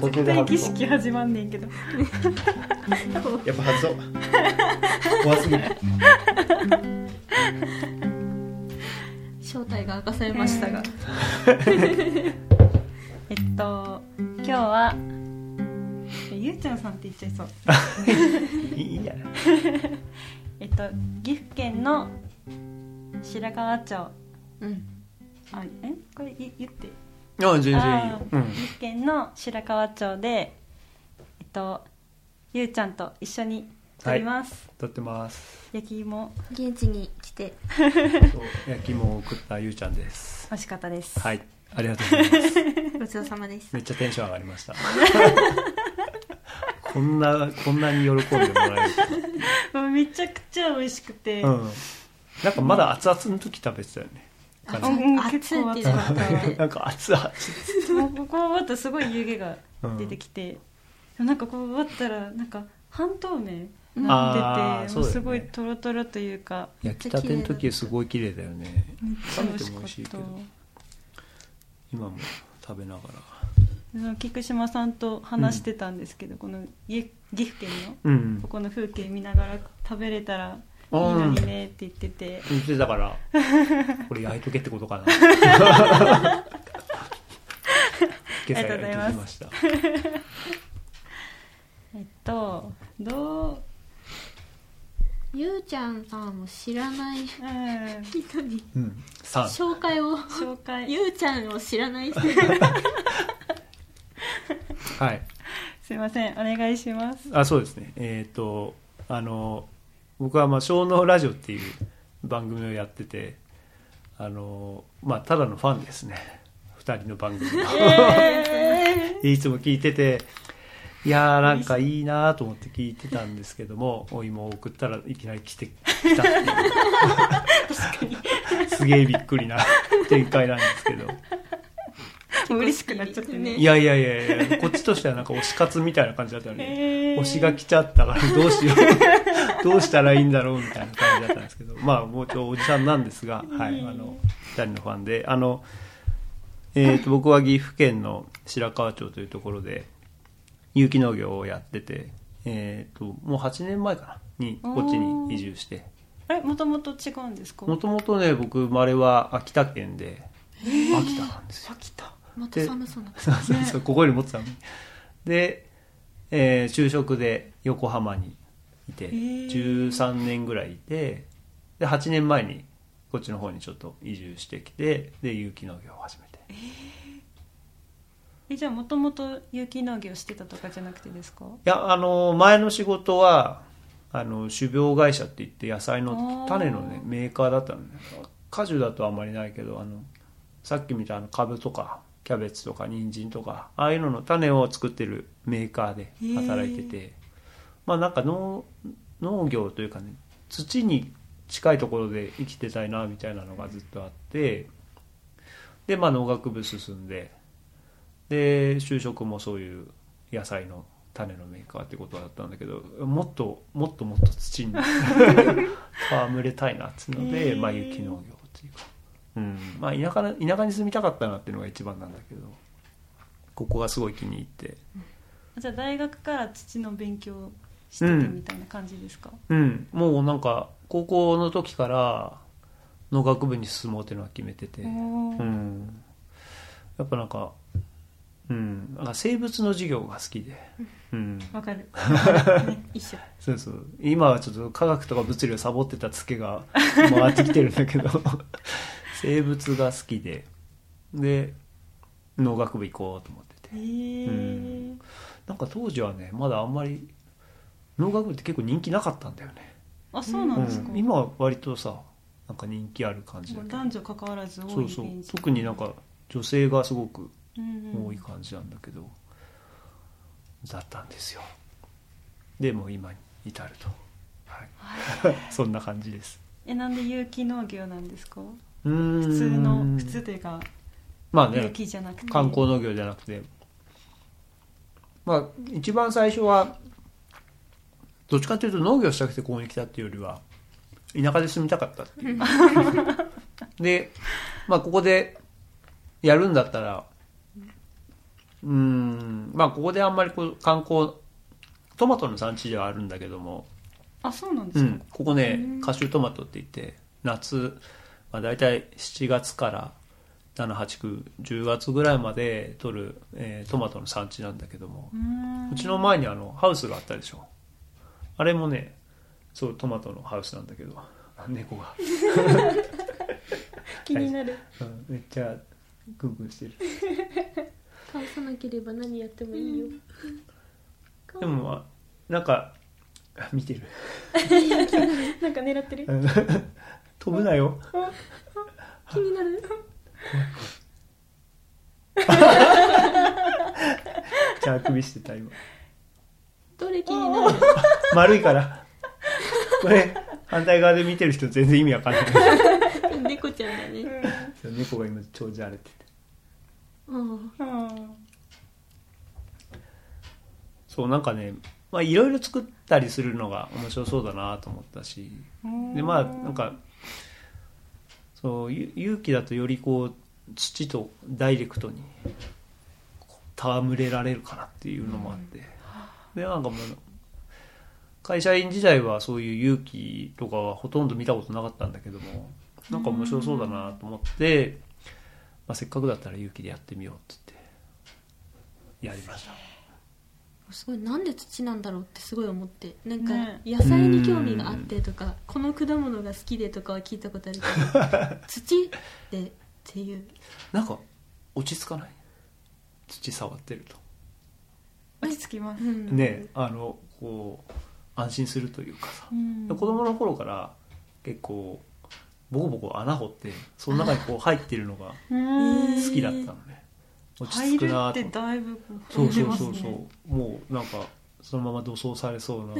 途中で対外儀そう式始まんねんけどやっぱ外そう怖すぎる正体が明かされましたが、えっと今日はゆうちゃんさんって言っちゃいそういいやんえっと岐阜県の白川町あうん、えこれい言ってあ全然いいよあーうん岐阜県の白川町でえっとゆうちゃんと一緒に撮ります、撮ってます焼き芋現地に来 てそう焼き芋を食ったゆうちゃんです美味しかったですはいありがとうございますごちそうさまでしためっちゃテンション上がりましたこんなこんなに喜んでもらえるうんめちゃくちゃ美味しくて、とうんなんかまだ熱々の時食べてたよねあう感ん熱いっていう結構かじ なんか熱々もうここ割ったらすごい湯気が出てきて、でもなんかこう割ったらなんか半透明になっあーててそもううだよねすごいとろとろというか焼きたての時すごい綺麗だよねめっちゃ美味冷めても美味ししいけかどった今も食べながらでその菊島さんと話してたんですけど、この岐岐阜県のうんここの風景見ながら食べれたらいいのにねって言ってて、言ってたからこれ焼いとけってこと かな今朝焼いてきましたえっとどうゆうちゃんさんも知らないうん人にうん三紹介を紹介ゆうちゃんを知らない人にはいすいませんお願いしますあそうですねえっ、とあの僕は、まあ「小脳ラジオ」っていう番組をやっててあのまあただのファンですね2人の番組をいつも聞いてていやーなんかいいなーと思って聞いてたんですけどもお芋を送ったらいきなり来てきたっていうすげえびっくりな展開なんですけど もう嬉しくなっちゃってね いやいやいやいやこっちとしてはなんか推し活みたいな感じだったよねえー推しが来ちゃったからどうしよ うどうしたらいいんだろうみたいな感じだったんですけどまあもうちょいおじさんなんですが、はい、あの2人のファンであの、えー、と僕は岐阜県の白川町というところで有機農業をやってて、えー、ともう8年前かなにこっちに移住してあれもともと違うんですかもともとね僕生まれは秋田県で秋田なんですよ秋田また寒そうなそうそうそう、ここよりもっと寒い。で、えー就職で横浜にいて、ー13年ぐらいいて、で、8年前にこっちの方にちょっと移住してきて、で、有機農業を始めて。いえじゃあもともと有機農業してたとかじゃなくてですかや、あの、前の仕事は、あの、種苗会社って言って野菜の種のねあ、ーメーカーだったのね。果樹だとあんまりないけど、あの、さっきみたいなカブとか、キャベツとか人参とかああいうのの種を作ってるメーカーで働いててまあなんか農農業というかね土に近いところで生きてたいなみたいなのがずっとあってでまあ農学部進んでで就職もそういう野菜の種のメーカーってことだったんだけどもっともっともっと土に 戯れたいなっつうのへで、ーまあ有機農業っていうか、うんまあ、田舎な田舎に住みたかったなっていうのが一番なんだけどここがすごい気に入ってじゃあ大学から土の勉強をしててみたいな感じですか、うん、もうなんか高校の時から農学部に進もうっていうのは決めてて、おーうん、やっぱなんか,、うん、なんか生物の授業が好きで、うん、わかる一緒そうそう今はちょっと科学とか物理をサボってたツケが回ってきてるん だけど生物が好きでで農学部行こうと思っててえーなんか当時はねまだあんまり農学部って結構人気なかったんだよねあそうなんですか、うん今は割とさなんか人気ある感じだけど男女関わらず多いそうそうイメージ特になんか女性がすごくうんうん多い感じなんだけど、だったんですよでもう今に至ると、はい、 そんな感じですえなんで有機農業なんですか普普通の普通というかまあ有ね機じゃなくて観光農業じゃなくてまあ一番最初はどっちかというと農業したくてここに来たっていうよりは田舎で住みたかったっていうでまあここでやるんだったらうんまあここであんまりこう観光トマトの産地ではあるんだけども、あそうなんでうすか、ん、ここねカシュートマトって言って夏、まあ、大体7月から78910月ぐらいまで取る、えートマトの産地なんだけども、うんうちの前にあのハウスがあったでしょあれもねそうトマトのハウスなんだけど 猫が、気になるうんめっちゃグングンしてる倒さなければ何やってもいいよ、でもまあなんかあ見てる なんか狙ってるうん飛ぶなよ気にな るじゃあくびしてた今どれ気になる丸いからこれ反対側で見てる人全然意味わかんない猫ちゃんだね猫が今超じゃれててうんあそうなんかねまあいろいろ作ったりするのが面白そうだなと思ったしーでまあなんかそうゆ勇気だとよりこう土とダイレクトに戯れられるかなっていうのもあって、でなんかもう会社員時代はそういう勇気とかはほとんど見たことなかったんだけどもなんか面白そうだなと思って、まあ、せっかくだったら勇気でやってみようって言ってやりましたすごいなんで土なんだろうってすごい思ってなんかね野菜に興味があってとか、この果物が好きでとかは聞いたことある けど土でっていうなんか落ち着かない土触ってると落ち着きます、うんねあのこう安心するというかさうんで子供の頃から結構ボコボコ穴掘ってその中にこう入ってるのがうん好きだったのね落ち入着くるなっとてだいぶこそう感うじそうますそうねそうもうなんかそのまま土葬されそうな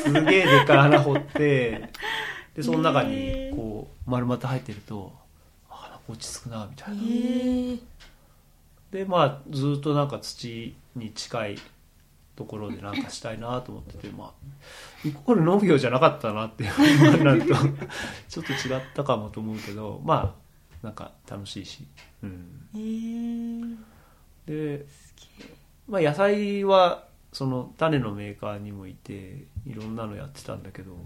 すげえでかい穴掘ってでその中にこう丸まって入ってるとあなんか落ち着くなみたいなへえでまあずっとなんか土に近いところでなんかしたいなと思っててまあイコール農業じゃなかったなって今になるとちょっと違ったかもと思うけどまあなんか楽しいし、うん、えー、で、すまあ、野菜はその種のメーカーにもいていろんなのやってたんだけど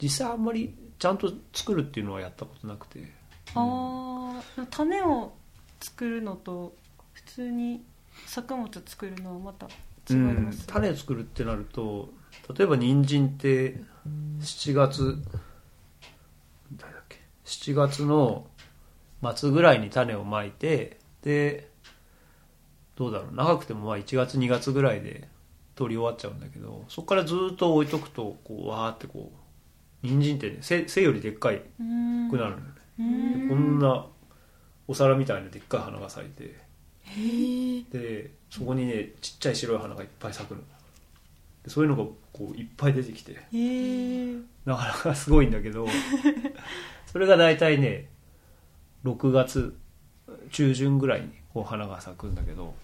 実際あんまりちゃんと作るっていうのはやったことなくて、うんあー種を作るのと普通に作物作るのはまた違います、うん、種作るってなると例えば人参って7月誰だっけ7月の末ぐらいに種をまいてでどうだろう長くてもまあ1月2月ぐらいで取り終わっちゃうんだけどそこからずっと置いとくとこうわーってこう人参ってね背背よりでっかいうんくなるのよね、うんこんなお皿みたいなでっかい花が咲いてへえでそこにねちっちゃい白い花がいっぱい咲くのでそういうのがこういっぱい出てきてえー、なかなかすごいんだけ どそれが大体ね6月中旬ぐらいにこう花が咲くんだけど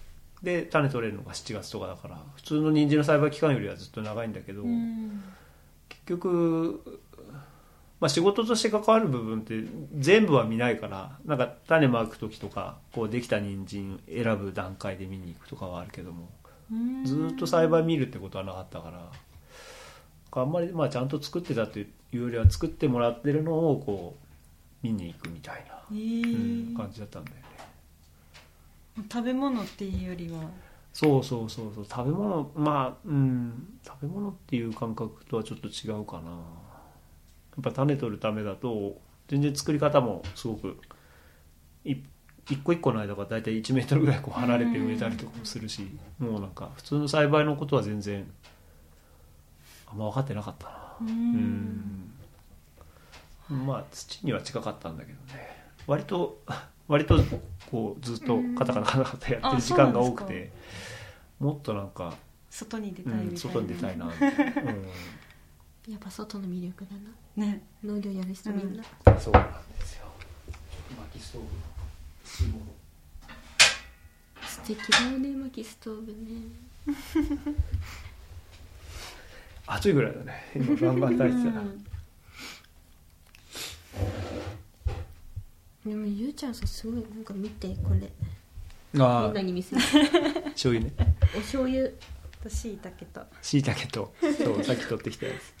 で種取れるのが7月とかだから普通の人参の栽培期間よりはずっと長いんだけど、うん結局、まあ、仕事として関わる部分って全部は見ないからなんか種まく時とかこうできた人参選ぶ段階で見に行くとかはあるけどもうんずーっと栽培見るってことはなかったからあんまりまあちゃんと作ってたというよりは作ってもらってるのをこう見に行くみたいな、えうーん感じだったんだよね。食べ物っていうよりはそうそうそうそう食べ物まあうん食べ物っていう感覚とはちょっと違うかなやっぱ種取るためだと全然作り方もすごくい一個一個の間が大体1メートルぐらいこう離れて植えたりとかもするしもうなんか普通の栽培のことは全然あんま分かってなかったなううんまあ土には近かったんだけどね割と 割とこうずっとカタカタカタカタやってる時間が多くあそうなんてもっとなんか、外に出うたいみたいな、ん、外に出たいな、 うんやっぱ外の魅力だなね農業やる人みんな、そうなんですよ薪ストーブの素敵だよね薪ストーブね暑いぐらいだね今バンバン炊いてたら、でもゆうちゃんさすごいなんか見てこあれみあんなに見せる 醤油ねお醤油としいたけとしいたけとそうさっき取ってきたやつ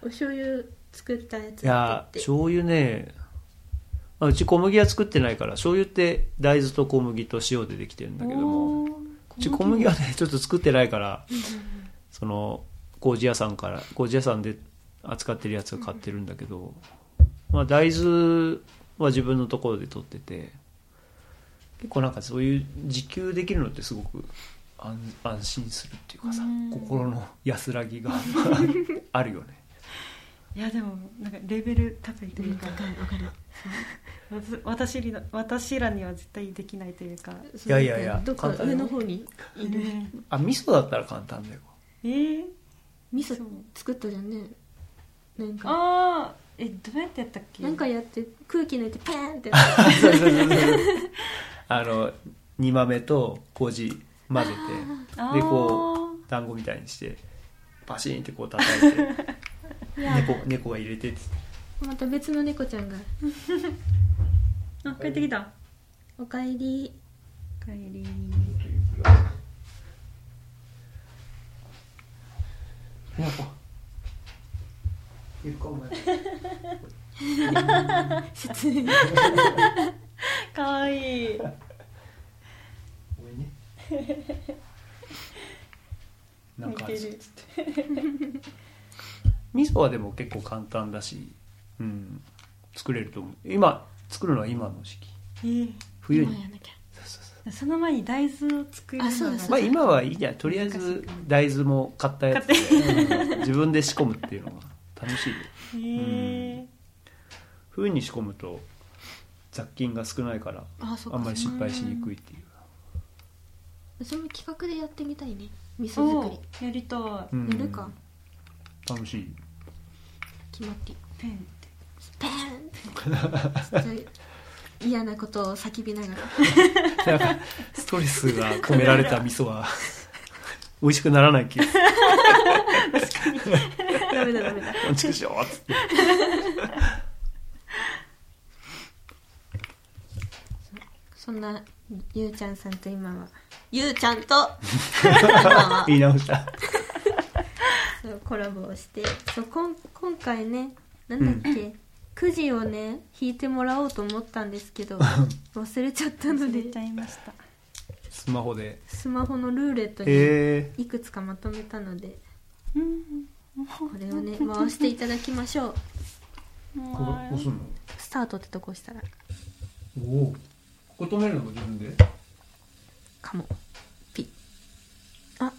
お醤油作ったやついやーって醤油ねまあうち小麦は作ってないから醤油って大豆と小麦と塩でできてるんだけどもうち小麦はねちょっと作ってないからその麹屋さんから麹屋さんで扱ってるやつを買ってるんだけど、まあ、大豆は自分のところで取ってて結構なんかそういう自給できるのってすごく安安心するっていうかさ心の安らぎが あるよねいやでもなんかレベル高いとういうんかわかるわかるわた私りの私らには絶対できないというかいやいやいやどっか簡単よ上の方にいるねあ味噌だったら簡単だよえー、味噌作ったじゃんねなんかああえどうやってやったっけなんかやって空気抜いてパ ーンってそうそうそうそうあの煮豆と麹混ぜあてでーこう団子みたいにしてパシーンってこう叩いていや猫猫が入れてってまた別の猫ちゃんがあ帰ってきた「おかえり帰りやっぱいるかお前説明かわいいごめんね なんかあるぞっつって味噌はでも結構簡単だしうん作れると思う今作るのは今の時期えー冬に今やんなきゃそうそうそうその前に大豆を作るのがあそうだそうまあ今はいいじゃんとりあえず大豆も買ったやつでうん自分で仕込むっていうのが楽 しいよえー冬に仕込むと雑菌が少ないからあそっあかんまり失敗しにくいっていうそれも企画でやってみたいね味噌お作りーやりたいうんやるか楽しい 決まりペンってペーンってちっちゃい嫌なことを叫びな がらなんかストレスが込められた味噌は 美味しくならない気がするダメだダメだ「ちくしょう」っつってそんなゆうちゃんさんと今はゆうちゃんと 今は言い直したそうコラボをしてそうこん今回ねなんだっけ、くじをね引いてもらおうと思ったんです けど忘れちゃったの忘れでちゃいましたスマホでスマホのルーレットにえいくつかまとめたのでうんこれをね回していただきましょうー、ここ押すのスタートってとこ押したらおおここ止めるのも自分でやっかもピッあ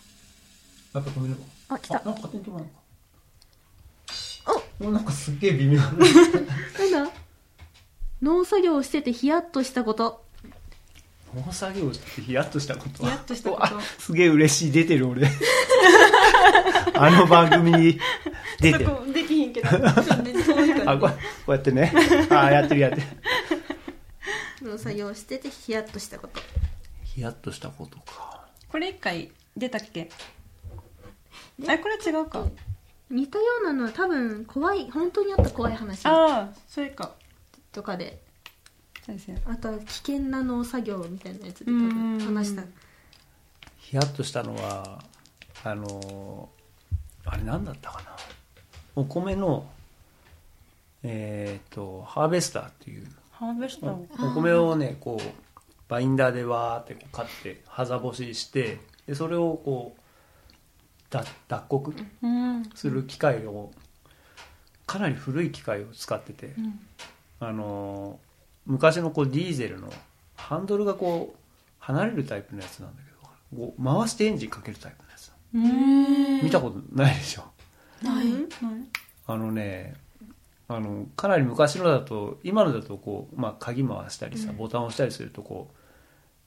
ぱ止めればあ来たなんか勝手に止まるのかおなんかすっげえ微妙ななんだ農作業をしててヒヤッとしたこと農作業ってヒヤッとしたことヒヤッとしたことうわすげえ嬉しい出てる 俺あの番組に出てそるこできひんけどちょっとねそういうあ感こうこうやって ねああやってるやってる農作業をしててヒヤッとしたことヒヤッとしたことかじこれ一回出たっけあこれ違うか似たようなのは多分怖い本当にあった怖い話ああそれかとかでそうですよあとは危険な農作業みたいなやつで多うん分話したヒヤッとしたのはあのーあれ何だったかなお米のえっ、とハーベスターっていうハーベストお米をねこうバインダーでわーってこう買ってはざ干ししてでそれをこう脱脱穀うんする機械をかなり古い機械を使ってて、うんあのー昔のこうディーゼルのハンドルがこう離れるタイプのやつなんだけどこう回してエンジンかけるタイプのやつうん見たことないでしょないあのねあのかなり昔のだと今のだとこう、まあ、鍵回したりさボタン押したりするとこう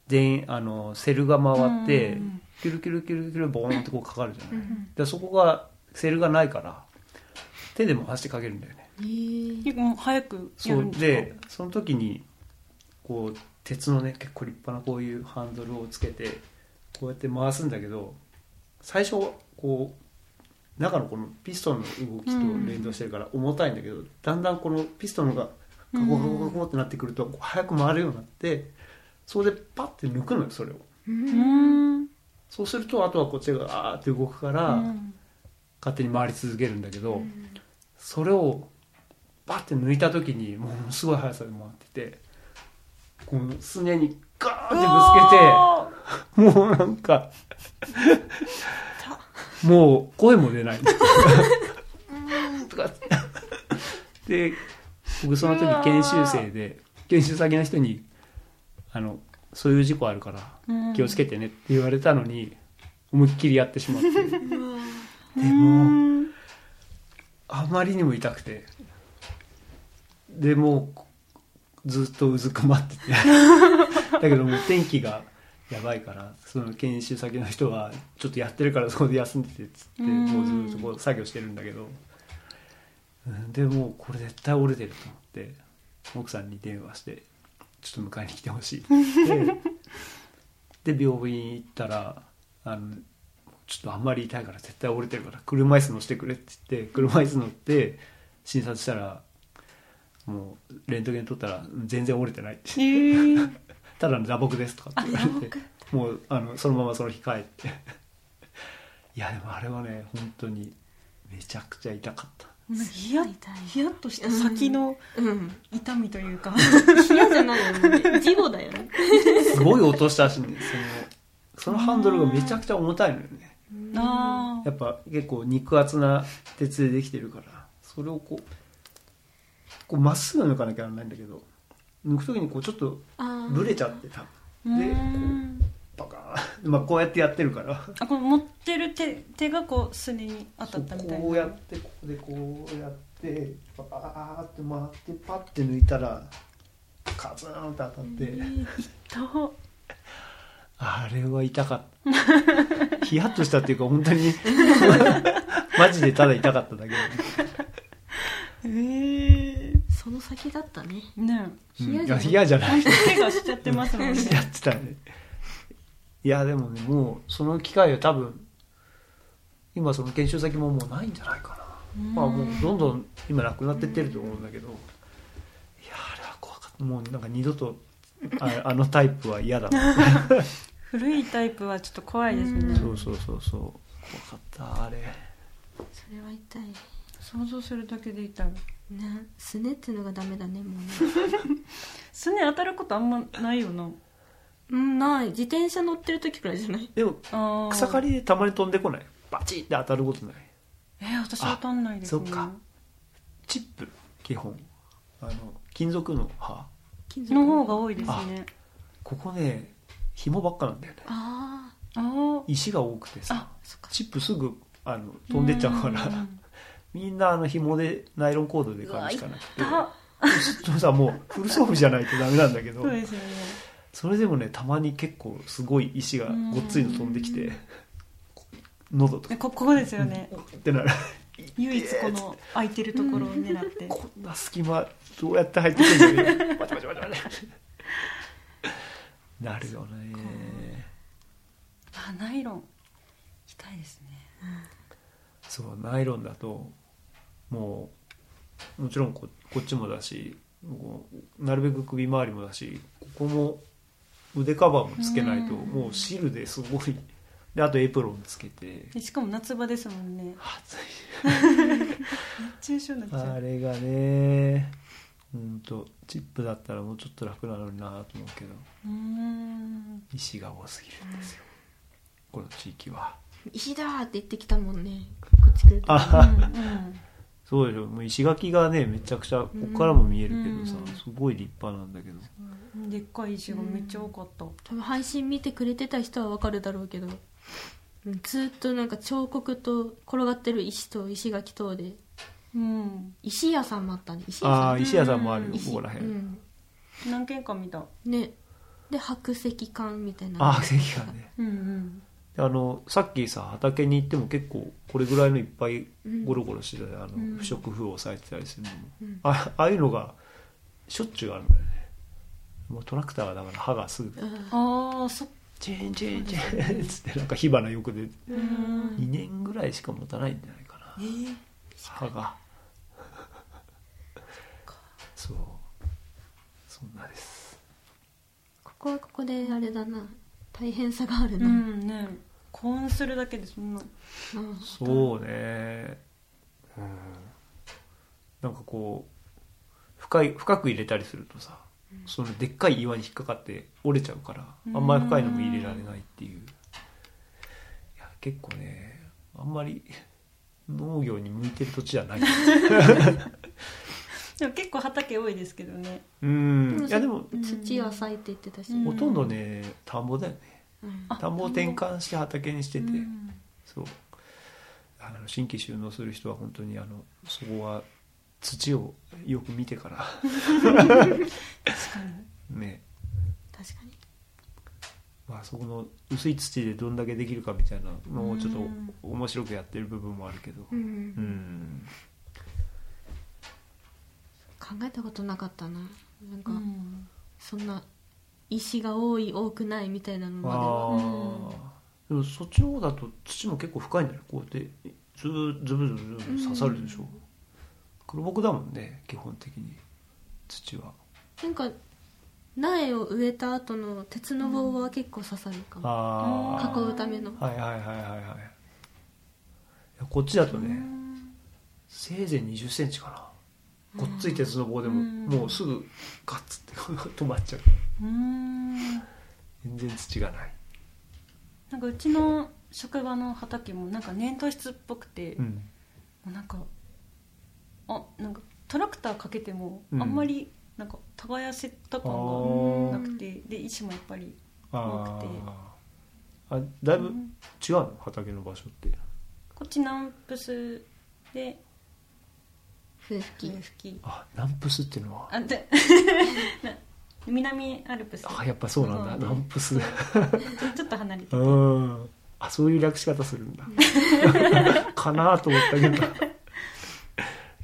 全員あのセルが回っうんて、うんうんキュルキュルキュルキュルボーンってこうかかるじゃない、でそこがセルがないから手で回してかけるんだよねへえ結構もう早くやそるうんですかでその時にこう鉄のね結構立派なこういうハンドルをつけてこうやって回すんだけど最初こう中のこのピストンの動きと連動してるから重たいんだけど、だんだんこのピストンがカコカコカコってなってくるとこう早く回るようになってそれでパッて抜くのよそれをうんそうするとあとはこっちがあーって動くから、うん勝手に回り続けるんだけど、それをバッて抜いた時にものすごい速さで回っててこのすねにガーおーってぶつけてもうなんかもう声も出ない。うーんとかで僕その時研修生で研修先の人にあのそういう事故あるからうん気をつけてねって言われたのに思いっきりやってしまってでうもんあまりにも痛くてでもうずっとうずくまっててだけどもう天気がやばいからその研修先の人はちょっとやってるからそこで休んでてっつってうんもうずっとこう作業してるんだけどうんでもうこれ絶対折れてると思って奥さんに電話して「ちょっと迎えに来てほしい」って言ってで病院行ったらあのちょっとあんまり痛いから絶対折れてるから車椅子乗せてくれって言って車椅子乗って診察したらもうレントゲン取ったらうん全然折れてないってえーただの打撲ですとかって言われてもうあのそのままその日帰っていやでもあれはね本当にめちゃくちゃ痛かったヒヤッヒヤッとした先のうん痛みというか嫌じゃないよね事後だよねすごい音したし、ね、そのそのハンドルがめちゃくちゃ重たいのよね あやっぱ結構肉厚な鉄でできてるからそれをこうこうまっすぐ抜かなきゃならないんだけど抜く時にこうちょっとあブレちゃってたーでうんバカーン まあこうやってやってるからあこの持ってる手手がこうすねに当たったみたいなこうやってここでこうやってバーって回ってパッて抜いたらカツーンって当たって、とあれは痛かっ たヒヤッとしたっていうか本当に マジでただ痛かっただけだねえー、その先だったねねうん嫌いじやゃない嫌じゃえな本い当手がしちゃってます もんねやってたねいやでもねもうその機会は多分今その研修先ももうないんじゃないかなまあもうどんどん今なくなってってると思うんだけど、いやあれは怖かったもうなんか二度とああのタイプは嫌だな古いタイプはちょっと怖いですね、うんそうそうそうそう怖かったあれそれは痛い想像するだけで痛いねすねってのがダメだねもうねすね当たることあんまないよなうんない自転車乗ってる時くらいじゃないでもあー草刈りでたまに飛んでこないバチって当たることないえー、私当たんないですねあそっかチップ基本あの金属の刃金の方が多いですねここね紐ばっかなんだよねああああ石が多くてあさそっかチップすぐあの飛んでっちゃうからんみんなあの紐でナイロンコードで買うしかなくてあちょっとさもうフル装備じゃないとダメなんだけどそうですよねそれでもねたまに結構すごい石がごっついの飛んできて喉とかえこここですよねってなる唯一この空いてるところを狙ってこんな隙間どうやって入ってくるんだよねバチバチバチバチなるよねあナイロン痛いですねそうナイロンだともうもちろんここっちもだしもうなるべく首周りもだしここも腕カバーもつけないとうんもう汁ですごいであとエプロンつけてでしかも夏場ですもんね暑い熱中症になっちゃあうれがねうんとチップだったらもうちょっと楽なのになと思うけどうーん石が多すぎるんですよこの地域は石だーって言ってきたもんねこっち来るとあうんうははん そうでしょもう石垣がねめちゃくちゃこっからも見えるけどさうんすごい立派なんだけど でっかい石がめっちゃ多かった、多分配信見てくれてた人はわかるだろうけどうんずーっとなんか彫刻と転がってる石と石垣等でうん、石屋さんもあったね石屋あさあん石屋さんもあるようんここらう辺、ん何軒か見たねで白石館みたいなのああ石がねうんうんあのさっきさ畑に行っても結構これぐらいのいっぱいうんゴロゴロしてたよあの、うん不織布をされてたりするのも、うんあああいうのがしょっちゅうあるんだよねもうトラクターがだから歯がすぐうんああそっチェーンチェーンチェーンっつってなんか火花よくでううん2年ぐらいしか持たないんじゃないかな歯がそうそんなですここはここであれだな大変さがあるうな、うんんね保温するだけでそんなそうねうんなんかこう深い深く入れたりするとさそのでっかい岩に引っかかって折れちゃうからあんまり深いのも入れられないっていういや結構ねあんまり農業に向いてる土地じゃ ないでも結構畑多いですけどねうんいやでもうん土浅いって言ってたし、うんほとんどね田んぼだよねうんあ田んぼを転換して畑にしてて、うんそうあの新規収納する人は本当にあのそこは土をよく見てから確かにね確かにまあそこの薄い土でどんだけできるかみたいなのをちょっとうん面白くやってる部分もあるけどうん、うん考えたことなかったななんか、うんそんな石が多い多くないみたいなのあまではあでもそっちの方だと土も結構深いんじゃないこうやってズブズブズブズブ刺さるでしょ、うん黒木だもんね基本的に土はなんか苗を植えた後の鉄の棒は結構刺さるかも、ああー囲うためのはいはいはいはいはいいやこっちだとね、せいぜい2 0センチかなごっつい鉄の棒でも、うんもうすぐガッツって こう止まっちゃううん全然土がない、なんかうちの職場の畑もなんか粘土質っぽくて、もん、うなんかあなんかトラクターかけてもあうんんまりなんか耕せたあ感がなーくてで石もやっぱりあ多くてーあだいうぶん違うの畑の場所ってこっち南プスで笛吹吹ききあナンプスっていうのはあで な南アルプスあやっぱそうなんだ、うんナンプスちょちょっと離れてうんあそういう略し方するん だかなと思ったけど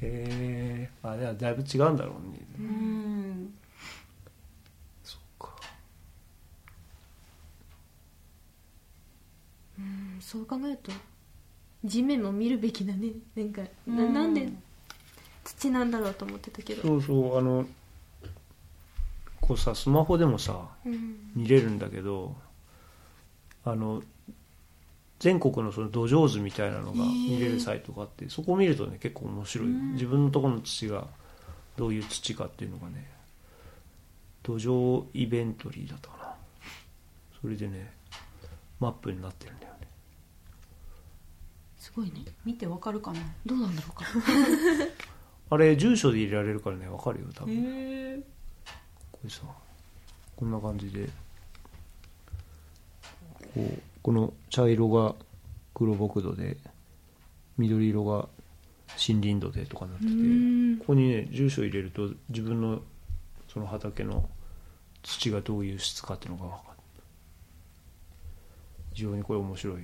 へえー、あではだいぶ違うんだろうねうんそうかうんそう考えると地面も見るべきだねなんかなうなんで土なんだろうと思ってたけど、そうそうあのこうさスマホでもさうん見れるんだけどあの全国のその土壌図みたいなのが見れるサイトがあって、そこを見るとね結構面白いよ、うん自分のところの土がどういう土かっていうのがね土壌イベントリーだったかなそれでねマップになってるんだよねすごいね見てわかるかなどうなんだろうかあれ住所で入れられるからねわかるよ多へ分、えこれさこんな感じでこうこの茶色が黒木土で緑色が森林土でとかなっててここにね住所入れると自分のその畑の土がどういう質かっていうのが分かる非常にこれ面白い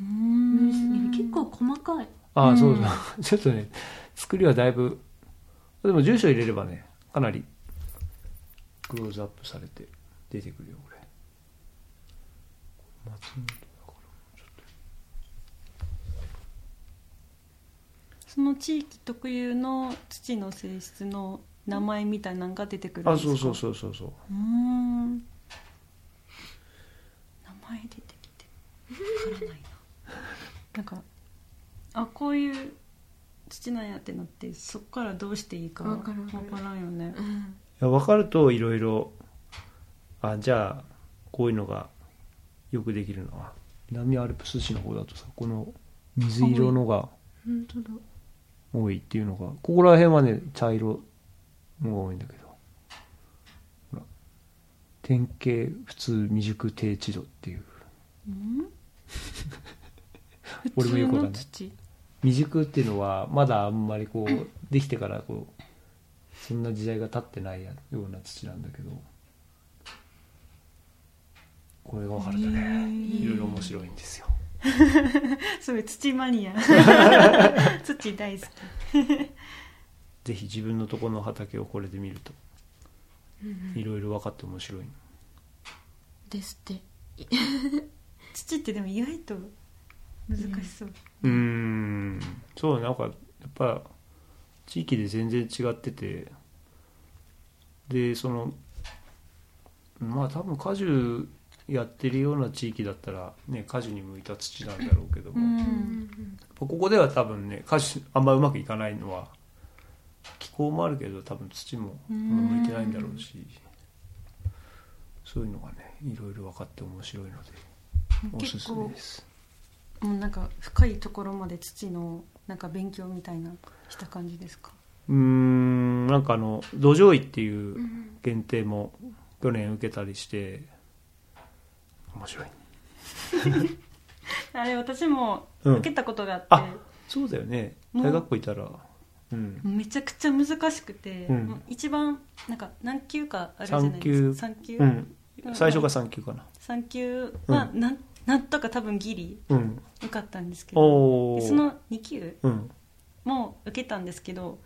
うん結構細かいああ、うんそうそう ちょっとね作りはだいぶでも住所入れればねかなりクローズアップされて出てくるよこれ松本だからその地域特有の土の性質の名前みたいなのが出てくるんあですかそうそううそうそうそううーん名前出てきてわからない ななんかあこういう土なんやってなってそこからどうしていいかわわかかるわかるらんよねうんいや分かるといろいろあじゃあこういうのがよくできるのは南アルプス市の方だとさこの水色のが本当だ多いっていうのがここら辺はね茶色のが多いんだけどほら典型普通未熟低地度っていううん俺もよくわかんない普通の土未熟っていうのはまだあんまりこうできてからこうそんな時代が経ってないような土なんだけどこれが分かるとねいろいろ面白いんですよすごい土マ ニア土大好きぜひ自分のところの畑をこれで見るとうんうんいろいろ分かって面白いですって土ってでも意外と難しそう、うーんそうなんかやっぱ地域で全然違っててでそのまあ多分果樹やってるような地域だったら、ね、果樹に向いた土なんだろうけども、うんうんここでは多分ね歌手あんまうまくいかないのは気候もあるけど多分土もうん向いてないんだろうしそういうのがねいろいろ分かって面白いのでおす結すめ構ですもうなんか深いところまで土のなんか勉強みたいなした感じですかうーんなんかあの土壌医っていううん検定も去年受けたりして面白いあれ私もうん受けたことがあって、あそうだよねうん大学校いたらうんめちゃくちゃ難しくて、うんもう一番なんか何級かあるじゃないですか3級うん最初が3級かな3級はうなんなんとか多分ギリうん受かったんですけどおでおその2級うんも受けたんですけど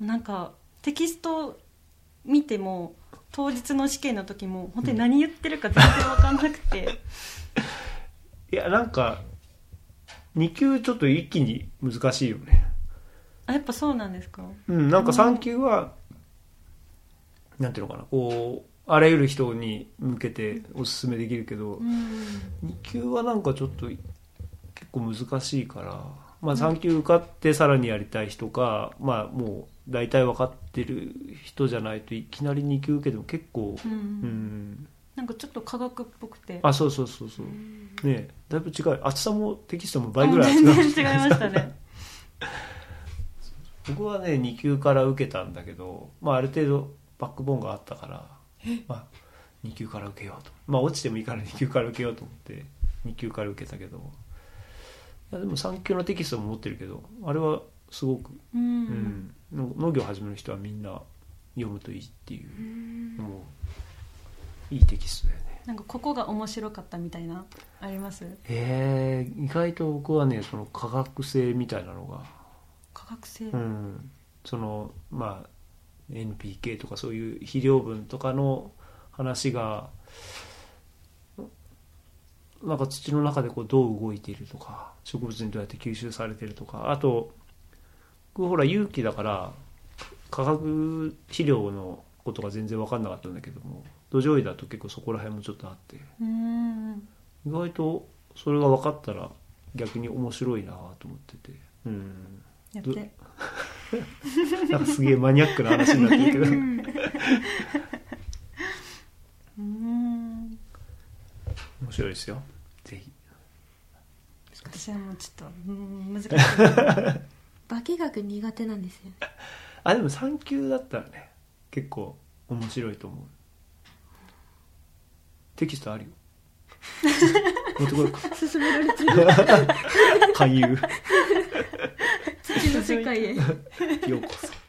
なんかテキスト見ても当日の試験の時も本当に何言ってるか全然分かんなくていやなんか2級ちょっと一気に難しいよねあやっぱそうなんですかうんなんかうん3級は、なんていうのかなこうあらゆる人に向けておすすめできるけど、うん2級はなんかちょっと結構難しいから、まあ、3級受かってさらにやりたい人か、まあもう大体分かってる人じゃないといきなり2級受けても結構うんうんなんかちょっと科学っぽくてあそうそうそうそうねえだいぶ違う厚さもテキストもあ倍ぐらい厚全くなっ然て違いました ね僕はね2級から受けたんだけど、まあ、ある程度バックボーンがあったから、まあ、2級から受けようと、まあ、落ちてもいいから2級から受けようと思って2級から受けたけどいやでも3級のテキストも持ってるけどあれはすごく、ううんんの農業始める人はみんな読むといいっていうもういいテキストだよねなんかここが面白かったみたいなありますえー、意外と僕はねその科学性みたいなのが科学性、うん、そのまあ NPK とかそういう肥料分とかの話がなんか土の中でこうどう動いているとか植物にどうやって吸収されてるとかあと僕ほら有機だから化学肥料のことが全然分かんなかったんだけども土壌医だと結構そこら辺もちょっとあってうん意外とそれが分かったら逆に面白いなと思ってて。うんやってなんかすげえマニアックな話になってるけど面うん白いですよぜひ私はもうちょっとうん難しい化学苦手なんですよねあでも3級だったらね結構面白いと思うテキストあるよ持ってこようか 勧められてる勧誘土の世界へようこそ